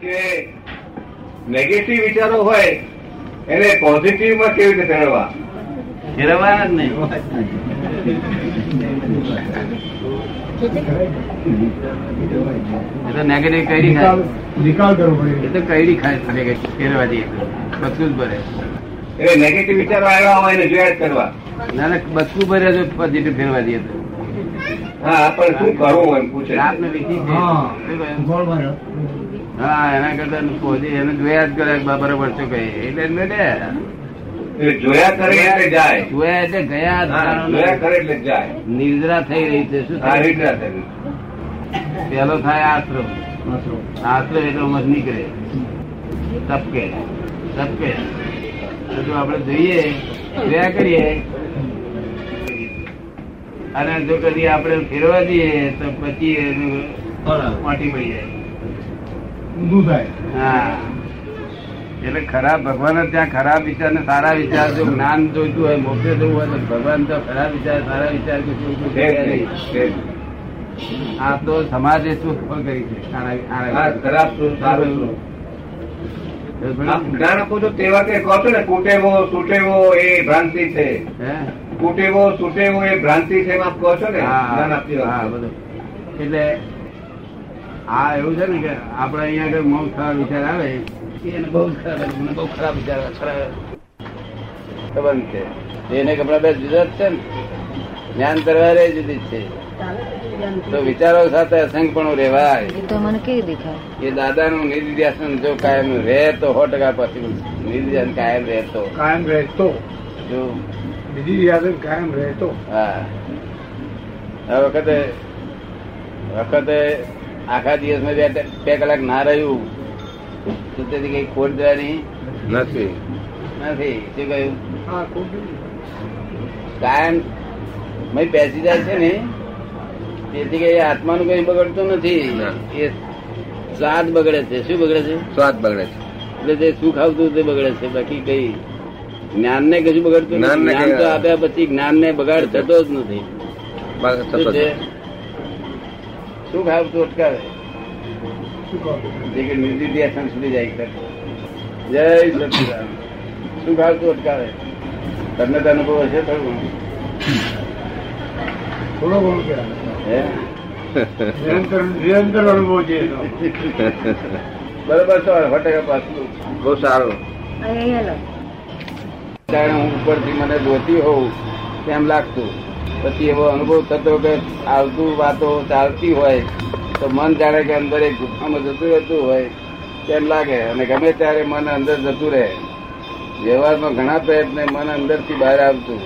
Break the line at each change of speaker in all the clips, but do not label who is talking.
કે નેગેટિવ વિચારો હોય એને પોઝિટિવ માં કેવી રીતે ફેરવવા
ફેરવવાના જ નહીં એ તો નેગેટિવ કઈ
નિકાલ
ખાય
નિકાલ કરવો
એ
પડે
તો કઈ ખાય ફરે કઈ ફેરવા દઈએ તો. બસકું જ ભરે
એટલે નેગેટિવ વિચારો આવ્યા હોય એને જોયા જ કરવા
ના ના બસકું ભરે તો પોઝિટિવ ફેરવા દઈએ તો
હા પણ શું કરવું એમ પૂછે છે.
આપને વિધિ છે
હા
શું કહ્યું?
ગોળ માર્યો
હા એના કરતા પોતે એને જોયા જ કરે કે બા બરોબર શું કહે એટલે એમને લે
એટલે જોયા કરે એટલે જાય
જોયા એટલે ગયા જ
હા,
જાણો
જોયા
નહીં.
કરે એટલે જાય
નિદ્રા થઈ રહી છે શું
આ
થાય?
રીતના થયું.
પહેલો થાય આશરો
વાસરો.
આશરો એટલે ઉમર નીકળે તપકે તપકે તો જો આપણે જોઈએ જોયા કરીએ અને જો કદી આપણે ફેરવા જઈએ તો પછી એનું માટી મળી જાય
ઊંધું થાય
હા. એટલે ખરાબ ભગવાન ત્યાં ખરાબ વિચાર ને સારા વિચાર જો જ્ઞાન જોઈતું હોય મોક્ષે જવું હોય તો ભગવાન તો ખરાબ વિચાર સારા વિચાર કે શું શું
છે જ
કરે
નહીં,
નહીં.
છે જ નહીં.
આ તો સમાજે શું સફળ કરી છે આના-
હા,
આના-
ખરાબ શું સારું શું આપ
હે?
જ્ઞાન આપો છો તે વાતે કહો છો ને કુટેવો સુટેવો એ ભ્રાંતિ છે કુટેવો સુટેવો એ ભ્રાંતિ છે એમ આપ કહો છો ને જ્ઞાન
હા,
આપતી
હા,
વખતે.
બધું. એટલે આ એવું છે ને કે આપણે અહીંયા આગળ મોક્ષ ખરાબ વિચાર આવે કે એને બહુ જ ખરાબ મને બહુ ખરાબ વિચાર આવે, ખરાબ સંબંધ છે તો એને કપડા બે જુદા જ છે ને જ્ઞાન તરવારે જુદી જ છે તો વિચારો સાથે અસંગપણું રહેવાય
એ તો મને કેવી દેખાય
એ દાદાનું નિર્ધ્યાસન જો કાયમ રહે તો સો ટકા પોસિબલ નિર્ધ્યાસન કાયમ રહે તો
કાયમ રહેતો
જો
બીજી યાદ કાયમ રહેતો
હા આ વખતે વખતે આખા દિવસમાં બે બે કલાક ના રહ્યું તો તેથી કઈ ખોટ જવાની નથી નથી શું કહ્યું
હા ખોટું
કાયમ મય બેસી જાય છે ને તેથી કઈ આત્માનું કઈ બગડતું
ના.
નથી એ સ્વાદ બગડે છે શું બગડે છે
સ્વાદ બગડે છે
એટલે જે સુખ આવતું તે બગડે છે બાકી કઈ જ્ઞાન ને કશું બગડતું નથી.
જ્ઞાનને
જ્ઞાન
કઈ-
તો આપ્યા પછી જ્ઞાન ને બગાડ થતો જ નથી
બગડે
શું છે? સુખ આવતું અટકાવે
શું કહું
જે કે નિર્દિધ્યાસન સુધી જાય છે. જય સચિદાન સુખ આવતું અટકાવે તમને તો અનુભવ હશે થોડું ઘણું.
થોડો ઘણો કહેવાય
હે
નિરંતર નિરંતર અનુભવ છે એનો.
બરોબર તો ફટાકા પાછું
બહુ સારું
અહીંયા લો
જાણે હું ઉપરથી મને જોતી હોઉં તેમ લાગતું પછી એવો અનુભવ થતો કે આવતું વાતો ચાલતી હોય તો મન જાણે કે અંદર એક ગુફામાં જતું રહેતું હોય તેમ લાગે અને ગમે ત્યારે મન અંદર જતું રહે વ્યવહારમાં ઘણા પ્રયત્ને મન અંદરથી બહાર આવતું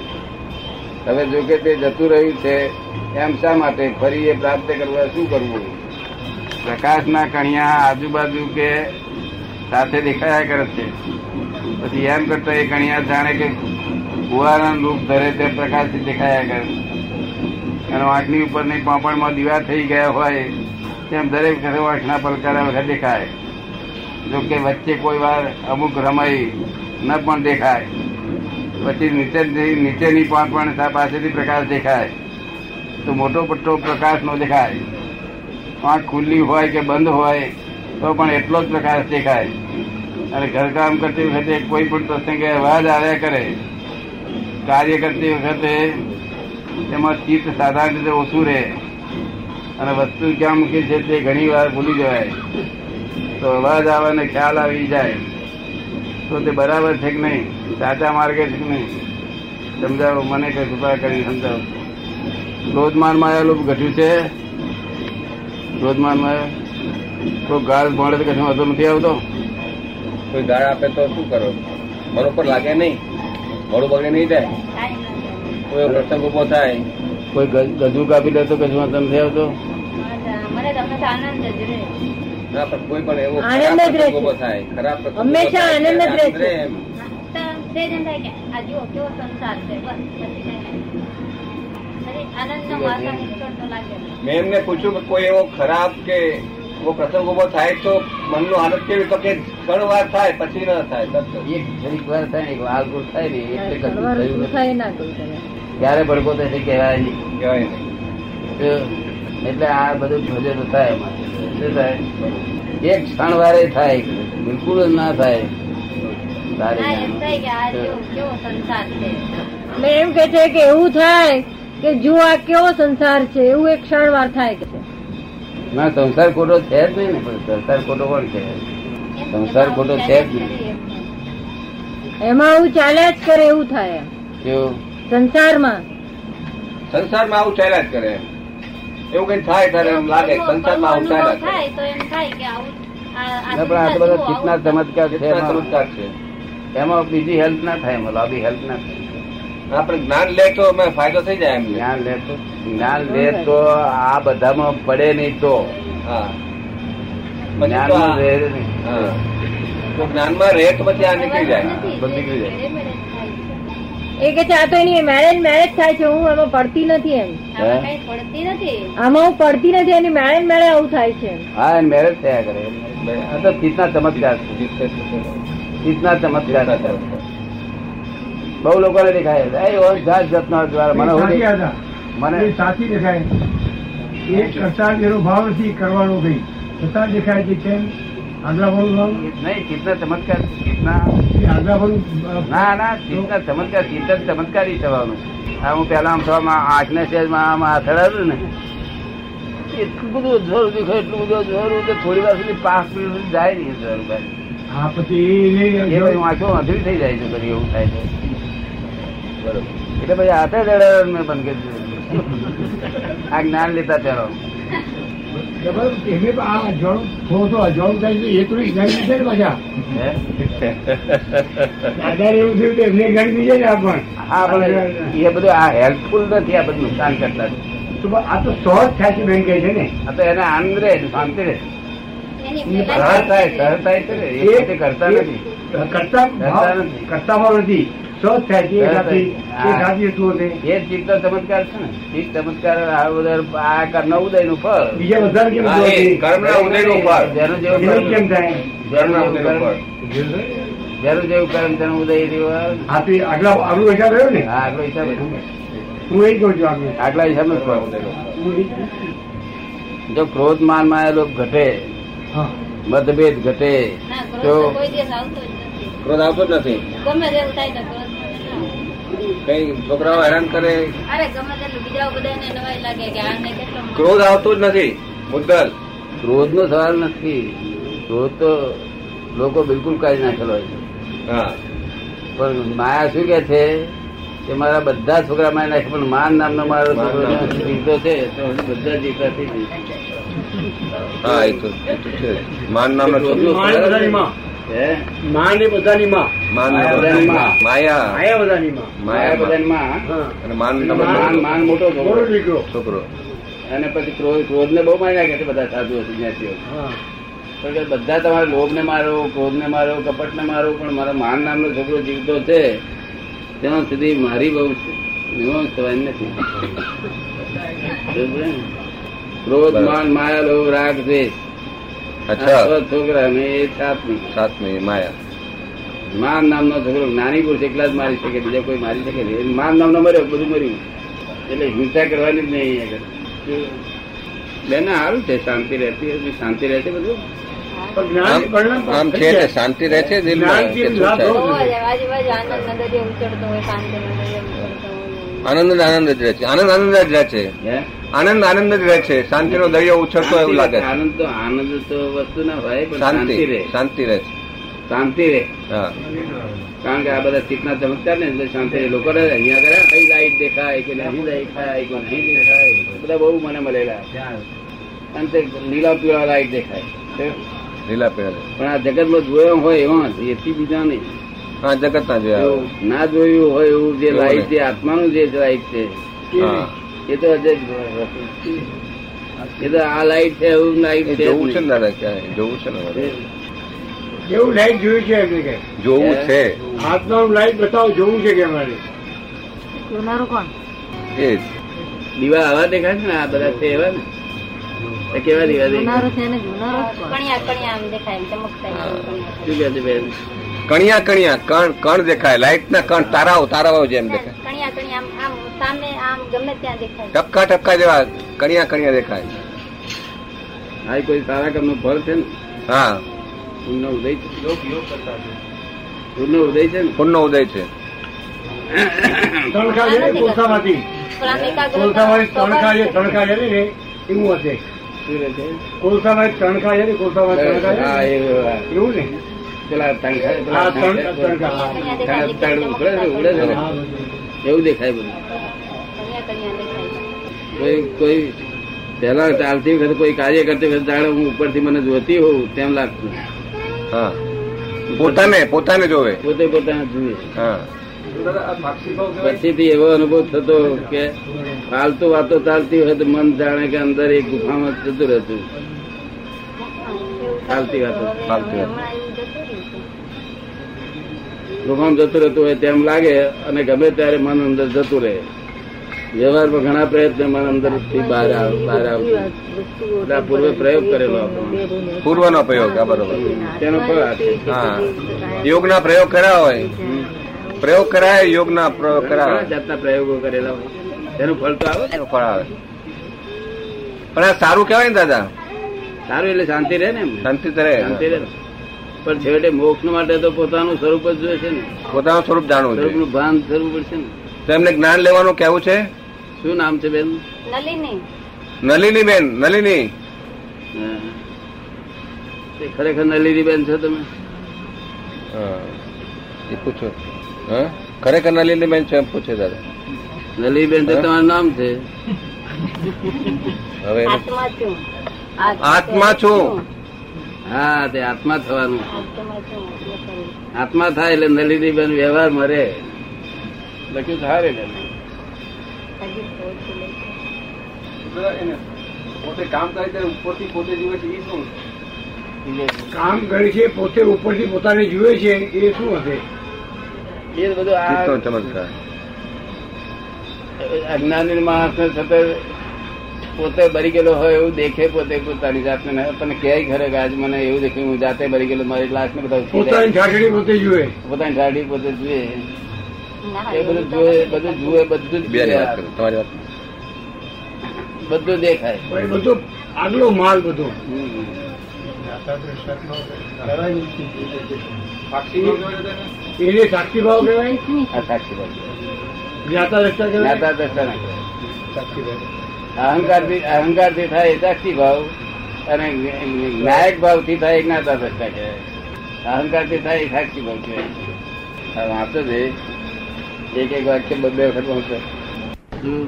હવે જો કે તે જતું રહ્યું છે એમ શા માટે ફરી એ પ્રાપ્ત કરવા શું કરવું પ્રકાશના કણિયા આજુબાજુ કે સાથે દેખાયા કરે છે પછી એમ કરતા એ કણિયા જાણે કે કુવાના રૂપ ધરે તે પ્રકાશથી દેખાયા કરે અને વાંકની ઉપરની પાંપણમાં દીવા થઈ ગયા હોય તેમ દરેક ઘરે વાંકના પલકારા વગર દેખાય જો કે વચ્ચે કોઈ વાર અમુક રમાઈ ન પણ દેખાય પછી નીચે નીચેની પાંપણ સા- પાસેથી પ્રકાશ દેખાય તો મોટો પટ્ટો પ્રકાશ નો દેખાય આંખ ખુલ્લી હોય કે બંધ હોય તો પણ એટલો જ પ્રકાશ દેખાય અને ઘરકામ કરતી વખતે કોઈ પણ પ્રસંગે અવાજ આવ્યા કરે કાર્ય કરતી વખતે તેમાં ચિત્ત સાધારણ રીતે ઓછું રહે અને વસ્તુ ક્યાં મૂકી છે તે ઘણી વાર ભૂલી જવાય તો અવાજ આવે ને ખ્યાલ આવી જાય તો તે બરાબર છે કે નહીં સાચા માર્ગે છે કે નહીં સમજાવો મને કઈ કૃપા કરી સમજાવો રોજમાનમાં આવેલું ઘટ્યું છે રોજમાનમાં કોઈ ગાળ મળે તો કશું વધુ નથી આવતો
કોઈ ગાળ આપે તો શું કરો મન ઉપર લાગે નહીં મોડું બગડે નહીં જાય કોઈ પ્રસંગ ઉભો થાય
કોઈ ગ- ગજુ કાપી લેતો કશું વાંધો નથી આવતો
ના પણ કોઈ પણ એવો
આનંદ
ખરાબ
જ રહે
પ્રસંગ
છે.
ઉભો થાય ખરાબ પ્રસંગ ઉભો
હંમેશા
થાય,
આનંદ જ
ત્યારે
રહે
આનંદ
છે.
રહે એમ. મેં એમને પૂછ્યું કે કોઈ એવો ખરાબ કે એવો પ્રસંગ ઉભો થાય તો મનનો આનંદ કેવી તો કે ઘણ વાર થાય પછી ન થાય તરત જ.
એક જરીક વાર થાય ને એક વાલગુલ થાય ને એટલે કશું
સવાર
થયું
શું
નથી.
થાય ના કોઈ તમે
ક્યારે ભડકો થશે કહેવાય નહીં
કહેવાય નહીં.
તો એટલે આ બધું ભજન થાય એમાં. શું થાય એક ક્ષણ વારે થાય બિલકુલ જ ના થાય તારે
ના, એમ થાય કે આ જેવો- કેવો સંસાર છે
એટલે એમ કે છે કે એવું થાય કે જુઓ આ કેવો સંસાર છે એવું એક ક્ષણ વાર થાય કે છે.
ના સંસાર ખોટો છે જ નહીં ને પણ સંસાર ખોટો કોણ છે
એમ
સંસાર
એમાં
ખોટો
ઉચ્ચાર
છે જ
જ
નહીં.
કરી એમ.
એમાં આવું ચાલ્યા જ કરે એવું થાય એમ.
જો
સંસારમાં
સંસારમાં આવું ચાલ્યા જ કરે એમ. એવું કઈ થાય ત્યારે એમ લાગે
એનો
સંસારમાં આવું ચાલ્યા જ કરે
અનુભવ થાય તો એમ થાય કે આવું આ- આ
ના, પણ આ તો
સંસાર
બધા ચિત્તના
કેવો આવું
ચમત્કાર છે
કેટલા
એમાં-
ચમત્કાર છે
એમાં બીજી હેલ્પ ના થાય એમાં લોબી હેલ્પ ના થાય
આપણે જ્ઞાન લે તો અમે ફાયદો થઈ જાય એમને
જ્ઞાન લે તો જ્ઞાન લે તો આ બધામાં પડે નહીં તો
હા પછી તો
જ્ઞાન
આ-
રહે નહીં
હા. તો જ્ઞાનમાં રહે તો પછી આ નીકળી જાય
નથી,
બધું નીકળી જાય.
જે મેળે મેળે થાય છે.
એ કે છે આ તો એની મેરેજ મેરેજ થાય છે હું એમાં પડતી નથી એમ
આમાં કઈ પડતી નથી
આમાં હું પડતી નથી એની મેરેજ મેળે આવું થાય છે એમ.
હા એને મેરેજ થયા કરે આ તો ચિત્તના ચમત્કાર છે
જીતશે તો ચલો.
ચિત્તના ચમત્કાર છે
હા,
બહુ લોકોને દેખાય છે. એ ઓલ જાત જાતના દ્વારા મને હું
સાચી
દેખ-
હતા.
મને
એ સાચી દેખાય એક કરતા એનો ભાવ નથી કરવાનો કઈ છતાં દેખાય છે કેમ આંધળાપણું ભાવ
નહીં ચિત્તના ચમત્કાર છે. ચિત્તના
એ આંધળાપણું અ,
ના ના ચિંતન ચમત્કાર ચિંતન ચમત્કારી થવાનું આ હું પેલા આમ થવા આંખને સેજમાં આમ અથડાયું ને એટલું બધું જોર દુખે એટલું બધું જોર કે થોડી વાર સુધી પાંચ મિનિટ સુધી જાય નહીં જોર ભાઈ
હા પછી એ લઈ
એ પછી હું
આવજો.
આંખો અંધરી થઈ જાય છે પછી એવું થાય છે એટલે પછી હાથે જડાવવાનું મેં બંધ કરી દીધું આ જ્ઞાન લેતા ચાલો
જબરદસ્ત એને પણ આ અજાણું થોડો થોડો અજાણું થાય છે એ તો જ્ઞાની છે ને પાછા
હે
દાદાને એવું થયું તો એમને જ્ઞાની થઈ જાય ને આ
હા
પણ
પણ એ બધું આ હેલ્પફુલ નથી આ બધું નુકસાન કરતા છે.
તો પણ આ તો સહજ થાય છે બેન કહે છે ને
આ તો એને આનંદ રહે શાંતિ રહે
એની
એ
પહેલા
સરળ થાય
જ
સરળ થાય છે ને એ પોતે કરતા નથી
કરતા
કરતા નથી.
કરતા ભાવ નથી સહજ થાય છે
સહજ
એ જાતિ
થાય.
એ જાતિ હતું હશે.
એ જ ચિત્ત ચમત્કાર છે ને ચિત્ત ચમત્કાર આ બધા આ કર્મ ઉદયનું ફળ
બીજા બધા કેમ જોવા
એ
જઈએ?
કર્મના ઉદયનું ફળ
જેનું જેવું
એનું કેમ
કર્મ
થાય
કર્મના ઉદયનું ફળ
જેનું જેવું કર્મ તેનું ઉદય રહ્યું.
હા તો એ આગલા આગલું હિસાબ રહ્યો ને
હા, આગલો હિસાબ જ.
હું એ કહું છું આગળ
આગલા હિસાબનો જ
કર્મના
ફળ.
ઉદયનું ફળ.
હું એ-
જો ક્રોધ માન માં લોભ ઘટે
હા
મતભેદ ઘટે
ના, ક્રોધ
જો
તો કોઈ દિવસ આવતો જ નથી.
ક્રોધ આવતો જ નથી
ગમે તેવું થાય તો ક્રોધ મને ના આવે.
કઈ છોકરાઓ હેરાન કરે
અરે ગમે તેટલું બીજા બધાને નવાઈ લાગે કે આને કેટલો માર-
ક્રોધ આવતો જ નથી મુદ્દલ
ક્રોધ નો સવાલ નથી ક્રોધ તો લોકો બિલકુલ કાઢી નાખેલો હોય છે
હા
પણ માયા શું કે છે કે મારા બધા છોકરા માયા નાખે પણ માન નામનો મારો છોકરો જીવતો છે તો હજુ બધા જીવતા થઈ જશે.
હા એ તો એ તો છે જ. માન નામનો છોકરો
માન બધાની માં. હે?
માં ને બધાની માં
માન
માયા
નામનો
બધાની માં.
માયા
બધાની માં
માયા
માયા
બધાની માં.
અને માન
માન
નામનો
માન મોટો
બોલો
છોકરો
દીકરો
છોકરો
અને પછી ક્રોધ ક્રોધ ને બહુ મારી નાખે છે બધા સાધુ સન્યાસીઓ
હા
પણ કે બધા તમારે લોભ ને મારો ક્રોધ ને મારો કપટ ને મારો પણ મારા માન નામનો છોકરો જીવતો છે ત્યાં સુધી મારી બહુ નિમો થવાની નથી બરોબર ને? ક્રોધ
બરાબર.
માન માયા લોભ રાગ દ્વેષ આ
અચ્છા
છ છોકરા અને એ સાતમી
સાતમી માયા
માન નામનો છોકરો જ્ઞાની પુરુષ એકલા જ મારી શકે બીજા કોઈ મારી શકે નહીં એ માન નામનો મર્યો બધું મર્યું એટલે હિંસા કરવાની જ નહીં આગળ બેન સારું છે શાંતિ રહેતી હશે. શાંતિ રહેશે બધું
પણ જ્ઞાન
આમ આમ છે ને શાંતિ રહે છે દિલમાં કે શું છે?
બહુ જ આજુબાજુ આનંદ નદરીઓ ઉછળતો હોય શાંતિ નદરીઓ ઉછળતો હોય
આનંદ જ આનંદ જ રહે છે આનંદ આનંદ જ રહે છે
હે?
આનંદ આનંદ જ રહે છે શાંતિનો દરિયો ઉછળતો એવું લાગે છે
આનંદ તો આનંદ તો વસ્તુ ના હોય પણ
શાંતિ
શાંતિ રહે
શાંતિ રહે છે
શાંતિ રહે
હા
કારણ કે આ બધા ચિત્તના ચમત્કાર ને એટલે શાંતિ રહે. લોકો રહે અહીંયા કરે કઈ લાઈટ દેખાય કે નહીં દેખાય કે નહીં દેખાય બધા બહુ મને મળેલા અને તે લીલા પીળા લાઈટ દેખાય તે-
લીલા પીળા
પણ આ જગત માં જોયો હોય એવા જ, એથી બીજા નહીં
હા જગત ના
જો
જોયા
ના જોયું હોય એવું જે
એવું
લાઈટ
નહીં.
છે આત્માનું જે લાઈટ છે
હા
એ તો અજય જ હોય. એ તો આ લાઈટ છે એવું
એ
લાઈટ છે જ
જોવું છે ને
નહીં.
દાદા ક્યાંય જોવું છે ને
એ
મારે.
એવું લાઈટ જોયું છે એમને કે
જોવું છે
આત્માનું લાઈટ બતાવો જોવું છે કે અમારે
જોનારું કોણ
એ જ
દીવા આવા દેખાય છે ને આ બધા છે એવા ને એ કેવા દીવા દેખાય
જોનારું છે અને જોનારું જ કોણ
કણિયા કણિયા આમ દેખાય એમ ચમકતા હોય એમ કણિયા
શું કહે છે બેન
કણિયા કણિયા કણ કણ દેખાય લાઈટ ના કણ તારાઓ તારાઓ જેમ દેખાય
કણિયા. કણિયા કણિયા આમ આમ સામે આમ ગમે ત્યાં દેખાય
ટપકા ટપકા જેવા કણિયા કણિયા દેખાય
આ એ કોઈ સારા કામનું ફળ છે ને
હા
પુણ્યનો ઉદય છે પુણ્યનો ઉદય છે ને
પુણ્યનો ઉદય છે
તણકા છે ને કોલસામાંથી
પ્રાણ
કોલસામાં એક
એકાગ્રતા
તણકા છે તણકા છે
સ્વભાવ
ને એવું હશે
શું રહે છે?
કોલસામાં એક તણકા છે ને કોલસામાં એક તણકા
હા,
છે
એવું, હા.
ને? એવું ને
પેલા તણખા- પેલા
હા તણ-
તણખા-
તણકા હા.
તણ- તણ ઉકળે છે, ઉડે છે ને.
હા, બધું.
એવું દેખાય બધું
કન્યા કન્યા દેખાય
કોઈ કોઈ પહેલા ચાલતી વખતે કોઈ કાર્ય કરતી વખતે જાણે હું ઉપરથી મને જોતી હોઉં તેમ લાગતું
હા પોતાને પોતાને જોવે
પોતે પોતાને જુએ
હા
પછીથી એવો અનુભવ થતો કે ફાલતુ વાતો ચાલતી હોય તો મન જાણે કે અંદર એક ગુફામાં જતું રહેતું ચાલતી વાતો,
ચાલતી વાતો.
હમણાં એવું જતું રહ્યું છે.
ગુફામાં જતું રહેતું હોય તેમ લાગે અને ગમે ત્યારે મન અંદર જતું રહે વ્યવહારમાં ઘણા પ્રયત્ન મન અંદર થી બહાર આવ- બહાર આવતું એટલે આ પૂર્વે પ્રયોગ કરેલો આપણો
પૂર્વનો પ્રયોગ આ બરોબર
તેનો ફળ આ છે
હા યોગના પ્રયોગ કર્યા હોય
હમ.
પ્રયોગ કરાય યોગના પ્રયોગ
ઘણા
કરાવે
જાતના પ્રયોગો કરેલા હોય તેનું ફળ તો આવે ને.
ફળ આવે પણ આ સારું કહેવાય ને દાદા
સારું એટલે શાંતિ રહે ને એમ
શાંતિ તો રહે
શાંતિ રહે ને. પણ છેવટે મોક્ષ માટે તો પોતાનું સ્વરૂપ જ જોઈએ છે ને
પોતાનું સ્વરૂપ જાણવું
સ્વરૂપ
છે
નું ભાન કરવું પડશે ને
તો એમને જ્ઞાન લેવાનું કેવું છે
શું નામ છે બેન
નલિની
નલિની બેન નલિની
હા. તે ખરેખર નલીની બેન છો તમે
હા. એ પૂછો હા ખરેખર નલિની બેન છે એમ પૂછે દાદા
નલી બેન તો
હા?
તમારું નામ છે
હવે એને-
આત્મા છું
આત્મા છું.
હા તે આત્મા થવાનું
આત્મા છું એટલે કરું.
આત્મા થાય એટલે નલીની બેન વ્યવહાર મરે લખ્યું છે હારે બેન
હજી તો છું.
પોતે કામ કરે ત્યારે ઉપરથી પોતે જીવે છે એ શું
કામ કરે છે પોતે ઉપરથી પોતાને જુએ છે એ શું હશે
એ જ બધું
ચિત્તનો
આ
ચમત્કાર
અજ્ઞાની માણસ ને છતાં પોતે બરી ગયેલો હોય એવું દેખે પોતે પોતાની જાતને ને પણ કહે ખરે કે આજ મને એવું દેખ્યું હું જાતે બરી ગયેલો મારી લાશ ને બધા ઉઠી જાય.
પોતાની ઠાકડી પોતે જુએ
પોતાની ગાડી પોતે જુએ
ના,
એ બધું જુએ બધું જુએ બધું જ
બેની
જુએ.
વાત કરું તમારી વાત
બધું દેખાય
પણ એ બધો આગલો માલ બધો
હમ.
એને સાક્ષી ભાવ કહેવાય
આ સાક્ષી બાજુ
જ્ઞાતા દ્રષ્ટા કહેવાય
જ્ઞાતા દ્રષ્ટા ના કહેવાય. અહંકારથી અહંકારથી થાય એ સાક્ષી ભાવ અને નાયક ભાવથી થાય એ જ્ઞાતા દ્રષ્ટા કહેવાય અહંકારથી થાય એ સાક્ષી ભાવ કહેવાય આ વાંચો છે એક એક વાક્ય બે બે વખત વાંચો હમ.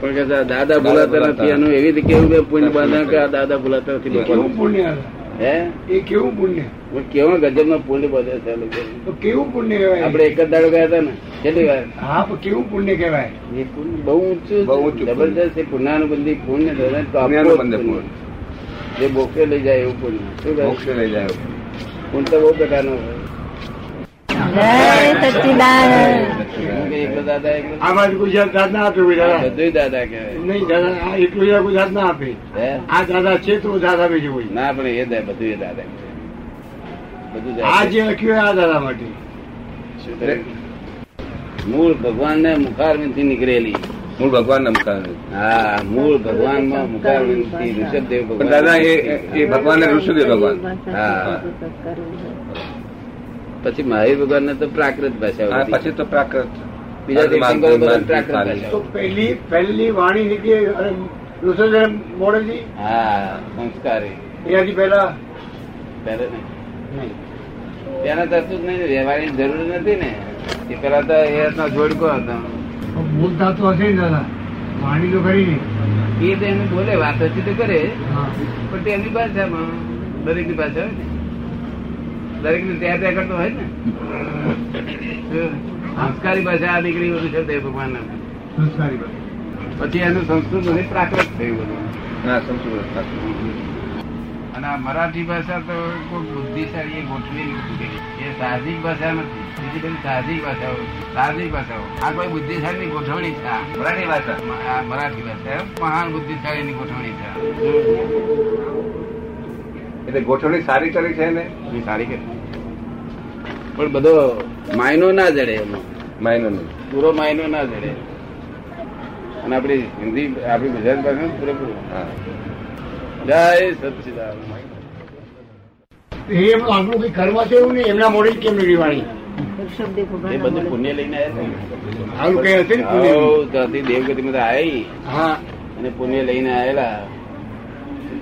પણ કે સા- દાદા ભૂલાતા નથી એનું એવી રીતે કેવું કે પુણ્ય બાંધણ કે આ દાદા ભૂલાતા નથી
એ કેવું
ભગવાન
પુણ્ય
હે
એ કેવું પુણ્ય
પણ કેવો ગજબ નો પુણ્ય બાંધે છે આ લોકો
તો કેવું પુણ્ય કહેવાય
આપડે એક જ દાડો ગયા હતા ને કેટલી વાર
હા પણ કેવું પુણ્ય કહેવાય
એ પુણ્ય બહુ ઊંચું
બહુ ઊંચું
છે.
પુણ્ય.
જબરજસ્ત એ પુણ્યાનુબંધી પુણ્ય ધોરણ તો આપો જ
પુણ્યાનુબંધી
પુણ્ય.
પુણ્ય.
જે બોકે લઈ જાય એવું પુણ્ય શું કહે?
મોક્ષે લઈ જાય
પુણ્ય તો બહુ પ્રકારનો હોય.
જય સચિદાનંદ
શું કે એકલો દાદા એકલો?
આ બાજુ ગુજરાત દાદ ના આપે કોઈ દાદા
બધુંય દાદા કહેવાય
નહીં દાદા આ એટલું જ ગુજરાત ના આપે
હે?
આ દાદા છે તો દાદા બીજું કોઈ
ના પણ એ દા- બધું એ દાદા કહેવાય. બધું દાદા.
આ જે લખ્યું એ આ દાદા માટે
શું કહે? મૂળ ભગવાન ને મુખારવિંદ થી નીકળેલી
મૂળ ભગવાન નમકાર
હા મૂળ ભગવાન માં મુખારવિંદ થી ઋષભદેવ
પણ
ભગવાન
દાદા એ એ- એ ભગવાન ને ઋષિદેવ ભગવાન
હા. પછી મહાવીર ભગવાન ને તો પ્રાકૃત ભાષા
આ
હતી.
પછી તો પ્રાકૃત
બીજા તીર્થંકરો બધા પ્રાકૃત ભાષા
તો પહેલી પહેલી વાણી નીકળી અને ઋષભદેવ મોડેથી
હા સંસ્કારી
એનાથી પહેલા
ત્યારે નહીં.
નહીં.
ત્યાંના તરતું જ નહીં રહેવાની જરૂર નથી ને એ પેલા તો એ રીતના જોડકો હતો
પણ મૂળ ધાતુ હશે ને દાદા વાણી તો ખરી ને
એ તો એનું બોલે વાત હતી તો કરે
હા.
પણ તે એની ભાષામાં દરેક ની ભાષા હોય ને દરેક ને ત્યાં ત્યાં કરતો હોય ને જો, સંસ્કારી ભાષા આ દીકરી બધું છે તે ભગવાન
સંસ્કારી બને.
પછી એનું સંસ્કૃત બધી પ્રાકૃત થયું બધું
ના સંસ્કૃત પ્રાકૃત.
અને આ મરાઠી ભાષા તો કોઈ બુદ્ધિશાળી એ ગોઠવી નથી કરી. એ સાહજિક ભાષા નથી બીજી બધી સાહજિક ભાષાઓ સાહજિક ભાષાઓ આ કોઈ બુદ્ધિશાળી ગોઠવણી છે આ.
મરાઠી ભાષા
મ- આ મરાઠી ભાષા એમ મહાન બુદ્ધિશાળી ગોઠવણી છે આ.
એટલે ગોઠવણી સારી કરી છે ને
એ સારી કરી પણ બધો માયનો ના જડે એમાં
માયનો નહીં
પૂરો માયનો ના જડે અને આપણી હિન્દી આપણી ગુજરાતી ભાષા પૂરેપૂરો
હા
જય સચિદાન
એ આનું કઈ કર્મ છે એવું નહીં એમના મોડે જ કેમ નહીં વાળી
વૃક્ષોપદી
એ
ભગવાનના
બધું
મોઢે.
પુણ્ય લઈને આવ્યા
આવું કઈ હશે ને પુણ્ય?
ત્યાંથી દેવગતિમાં તો આવી
હા
અને પુણ્ય લઈને આવેલા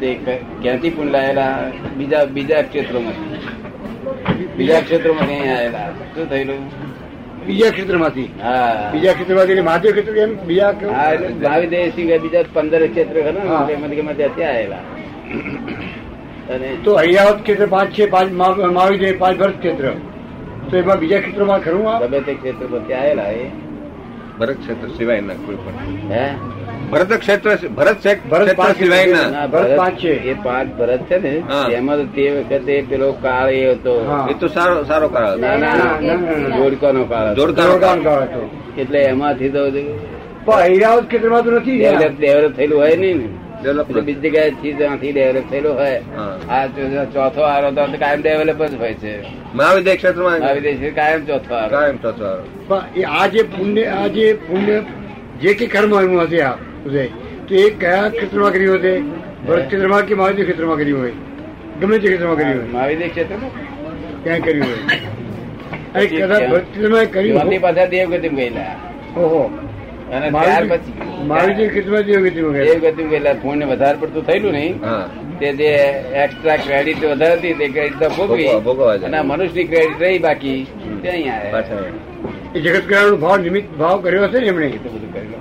તે ક- ક્યાંથી પુણ્ય લાયેલા બીજા બીજા ક્ષેત્રોમાંથી બીજા ક્ષેત્રોમાંથી અહીંયા આવેલા શું થયેલું
બીજા ક્ષેત્રમાંથી
હા
બીજા ક્ષેત્રમાંથી એટલે મહાદેવ ક્ષેત્ર કેમ બીજા કેવું?
હા એટલે ભાવી દેશ સિવાય બીજા પંદર ક્ષેત્ર ખરા
હા.
ને એમાંથી કે એમાંથી અત્યારે આવેલા અને
તો હૈયાવત ક્ષેત્ર પાંચ છે પાંચ મા- મહાવીર પાંચ ભરત ક્ષેત્ર તો એમાં બીજા ક્ષેત્રમાં ખરું આ
ગમે તે ક્ષેત્ર પરથી આવેલા એ
ભરત ક્ષેત્ર સિવાયના કોઈ પણ
હે
ભરત ક્ષેત્ર ભરત ક્ષેત્ર
ભરત પાંચ
સિવાયના
ના,
ભરત પાંચ છે.
એ પાંચ ભરત છે ને
હા.
એમાં તો તે વખતે પેલો કાળ એ હતો
હા.
એ તો સારો સારો કાળ
ના ના
ના, ના, ના.
જોડકાનો કાળ હતો.
જોડકાનો કાળ.
જોડકાનો કાળ હતો.
એટલે એમાંથી તો
પણ હૈયાવત ક્ષેત્રમાં તો નથી ને.
ડેવલપ ડેવલપ થયેલું હોય નહીં ને
Develop
એટલે બીજી જગ્યાએ થી ત્યાંથી ડેવલપ થયેલું હોય
હા.
આ ચો- ચોથો આરો તો કાયમ ડેવલપ જ હોય છે
મહાવિદ્યા ક્ષેત્રમાં
આ વિદેશી કાયમ ચોથો આરો
કાયમ થતો આવ્યો.
પણ એ આ જે પુણ્ય આ જે પુણ્ય જે કઈ કર્મ એનું હશે આ ઉદય તો એ કયા ક્ષેત્રમાં કર્યું હશે ભરત ક્ષેત્રમાં કે મહાવીર ક્ષેત્રમાં કર્યું હોય ગમે તે ક્ષેત્રમાં કર્યું હોય
મહાવિદેશ ક્ષેત્રમાં
ક્યાં કર્યું હોય અને કદાચ ભરત ક્ષેત્રમાં કર્યું
યુવાનની
હોય.
પાછા દેવગતિમાં ગયેલા
ઓહો
અને ત્યાર
મહાવીર
પછી
મહાવીર ક્ષેત્રમાં જે ક્ષેત્રમાં ગયા.
દેવગતિમાં ગયેલા પુણ્ય વધારે પડતું થયેલું નહીં
હા
તે જે એક્સ્ટ્રા ક્રેડિટ વધારે હતી તે ક્રેડિટ તો ભોગવી
ભોગવા- ભોગવવા જ.
અને મનુષ્યની ક્રેડિટ રહી બાકી તે અહીંયા આવ્યા.
પાછા
એ જગત કલ્યાણનો ભાવ નિમિત્ત ભાવ કર્યો હશે ને એમણે
એટલું બધું કરી લો.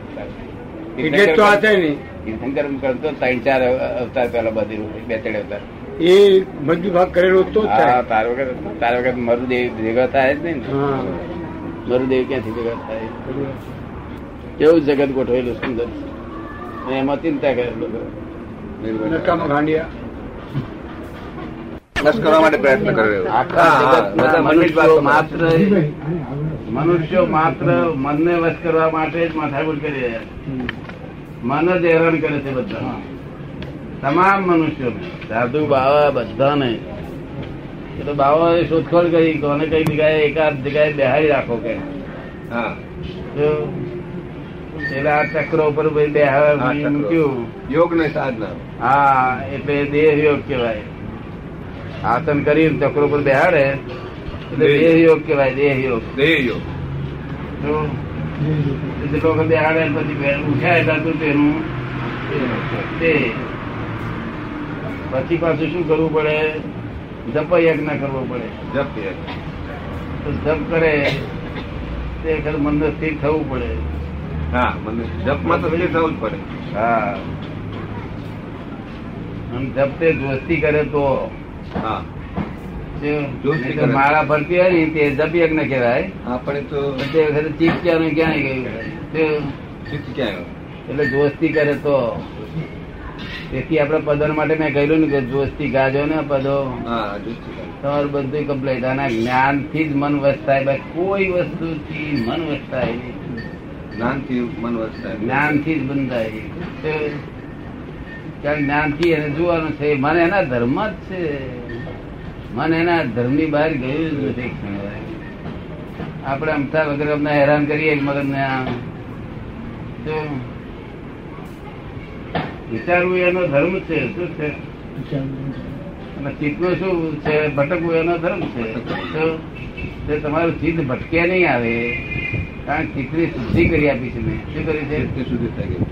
એટલે તો આ છે નહીં
તીર્થંકર કરતો ત્રણ ચાર અવતાર પહેલા બધી બે ત્રણ અવતાર
એ મજબૂત ભાગ કરેલો તો જ
હા
થાય
તાર વખત તાર વખત મરુદેવ ભેગા થાય જ નહીં ને
હા
મરુદેવ ક્યાંથી ભેગા થાય કેવું જગત ગોઠવેલું સુંદર અને એમાં ચિંતા કરેલું
નકામા ગાંડિયા
નસ કરવા માટે પ્રયત્ન કર્યો એવો.
આખા
હા, હા,
જગતના
બધા મનુષ્ય માત્ર
મનુષ્યો માત્ર મનુષ્યો માત્ર મનને વશ કરવા માટે જ માથાકૂટ કરી રહ્યા છે મન જ હેરાન કરે છે બધા તમામ મનુષ્યોને સાધુ બાવા બધાને એ તો બાવાએ શોધખોળ કરી કોને કઈ જગ્યાએ એકાદ જગ્યાએ બેહાડી રાખો કે
હા
જો એટલે આ ચક્રો ઉપર ભાઈ
આ
બેહાડી
ચક્રો.
મૂક્યું
યોગ ને સાધના
હા એટલે દેહ યોગ કહેવાય આસન કરી ચક્રો ઉપર બેહાડે એટલે
દેહ.
દેહ યોગ કહેવાય દેહ યોગ
દેહ યોગ
જો જેટલો વખત બેહાડે પછી બે- ઉઠ્યા એટલા તો તેનું તે પછી પાછું શું કરવું પડે જપ યજ્ઞ કરવો પડે
જપ યજ્ઞ.
તો જપ કરે તે ખર મનને સ્થિર થવું પડે
હા મને જપમાં તો સ્થિર થવું જ પડે
હા અને જપ તે જોસ્તી કરે તો
હા
તે
જોસ્તી કરે.
માળા ફરતી હોય ને તે જપ યજ્ઞ કહેવાય
આપણે તો
પણ તે વખતે ચીપ ક્યાંનું ક્યાંય ગયું તે
શીખ ક્યાં આવ્યો?
એટલે દોસ્તી કરે તો તેથી આપણે પદો માટે મેં કહ્યું ને કે દોસ્તી ગાજો ને પદો
હા જોસ્તી
તમારું બધું કમ્પ્લેટ આના જ્ઞાન થી જ મન વશ થાય બાકી કોઈ વસ્તુ થી મન વશ થાય નહીં.
જ્ઞાનથી મન વસ્તા
જ્ઞાન થી જ બંધાય નહીં. કારણ જ્ઞાન થી એને જોવાનું છે મન એના ધર્મ જ છે મન એના ધર્મ ની બહાર ગયું જ નથી આપણે અમથા વગર અમને હેરાન કરીએ મગર ને આમ તો વિચારવું એનો ધર્મ છે શું છે અને ચિત્તનું શું છે ભટકવું એનો ધર્મ છે તો તે તમારું ચિત્ત ભટકે નહીં આવે કારણ કે ચિત્તની શુદ્ધિ કરી આપી છે મેં શું કરી છે
સુધી થઈ ગયું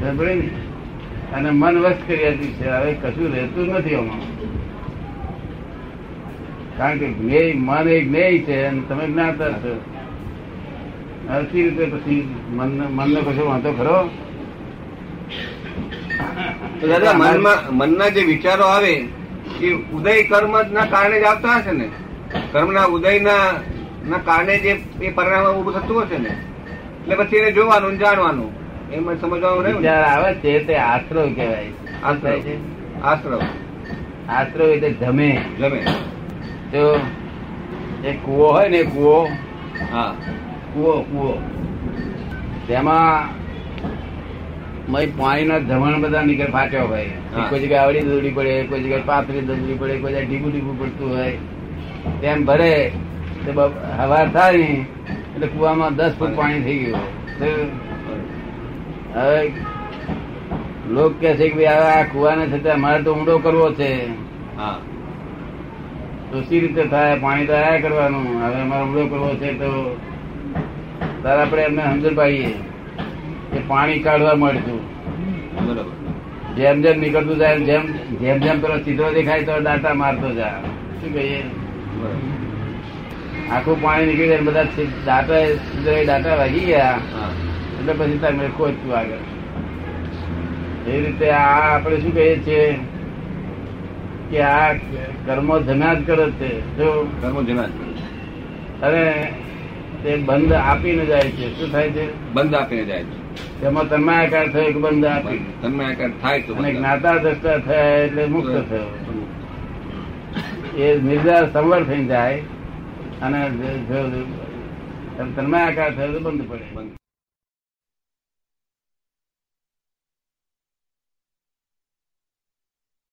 ખબર પડી ને? અને મન વશ કરી આપ્યું છે હવે કશું રહેતું નથી આમાં કારણ કે જ્ઞેય મન એ જ્ઞેય છે અને તમે જ્ઞાતા છો હવે શી રીતે પછી મન મનનો કશો વાંધો ખરો
તો દાદા મનમાં મનના જે વિચારો આવે એ ઉદય કર્મના કારણે જ આવતા હશે ને કર્મના ઉદયના ના કારણે જે એ પરિણામ ઉભું થતું હશે ને એટલે પછી એને જોવાનું ને જાણવાનું એમ જ સમજવાનું રહ્યું ને?
વિચાર આવે છે તે આશ્રવ કહેવાય
આશ્રવ આશ્રવ
આશ્રવ એટલે ધમે
જમે
જો એ કૂવો હોય ને કૂવો
હા
કૂવો કૂવો તેમાં મય પાણીના ધમણ બધા નીકળે ફાટ્યા હોય
હા.
કોઈ જગ્યાએ આવડી દોડી પડે કોઈ જગ્યાએ પાતળી દોડી પડે કોઈ જગ્યાએ ઢીબુ ઢીબુ પડતું હોય તેમ ભરે તો બ- હવાર થાય ને એટલે કૂવામાં દસ ફૂટ પાણી થઈ ગયું હોય. તો હવે લોક કે છે કે ભાઈ હવે આ કુવાને થતા મારે તો ઊંડો કરવો છે
હા
તો સી રીતે થાય પાણી તો આયા કરવાનું હવે અમારે ઊંડો કરવો છે તો તારે આપણે એમને સમજણ પાડીએ કે પાણી કાઢવા મળતું
બરોબર
જેમ જેમ નીકળતું જાય એમ જેમ જેમ જેમ પેલો સીધો દેખાય તો દાંતા મારતો જાય શું કહીએ
બરોબર
આખું પાણી નીકળી જાય ને બધા સી- દાંતા સીધો એ દાંતા વાગી ગયા
હા
એટલે પછી તમે ખોજતું આગળ એ રીતે આ આપણે શું કહીએ છીએ કે આ કર્મો ધના જ કરે છે જો
કર્મ જના જ કરે છે.
અને તે બંધ આપીને જાય છે શું થાય છે
બંધ આપીને જાય છે
તેમાં તન્માયાકાર થયો કે બંધ આપી
બંધ. તમને આકાર થાય તો
અને
બંધ આપે.
જ્ઞાતા દ્રષ્ટા થયા એટલે મુક્ત થયો એ નિર્ધાર સંવર થઈ જાય અને જો- જો- જો તન્માયાકાર થયો તો બંધ પડે
બંધ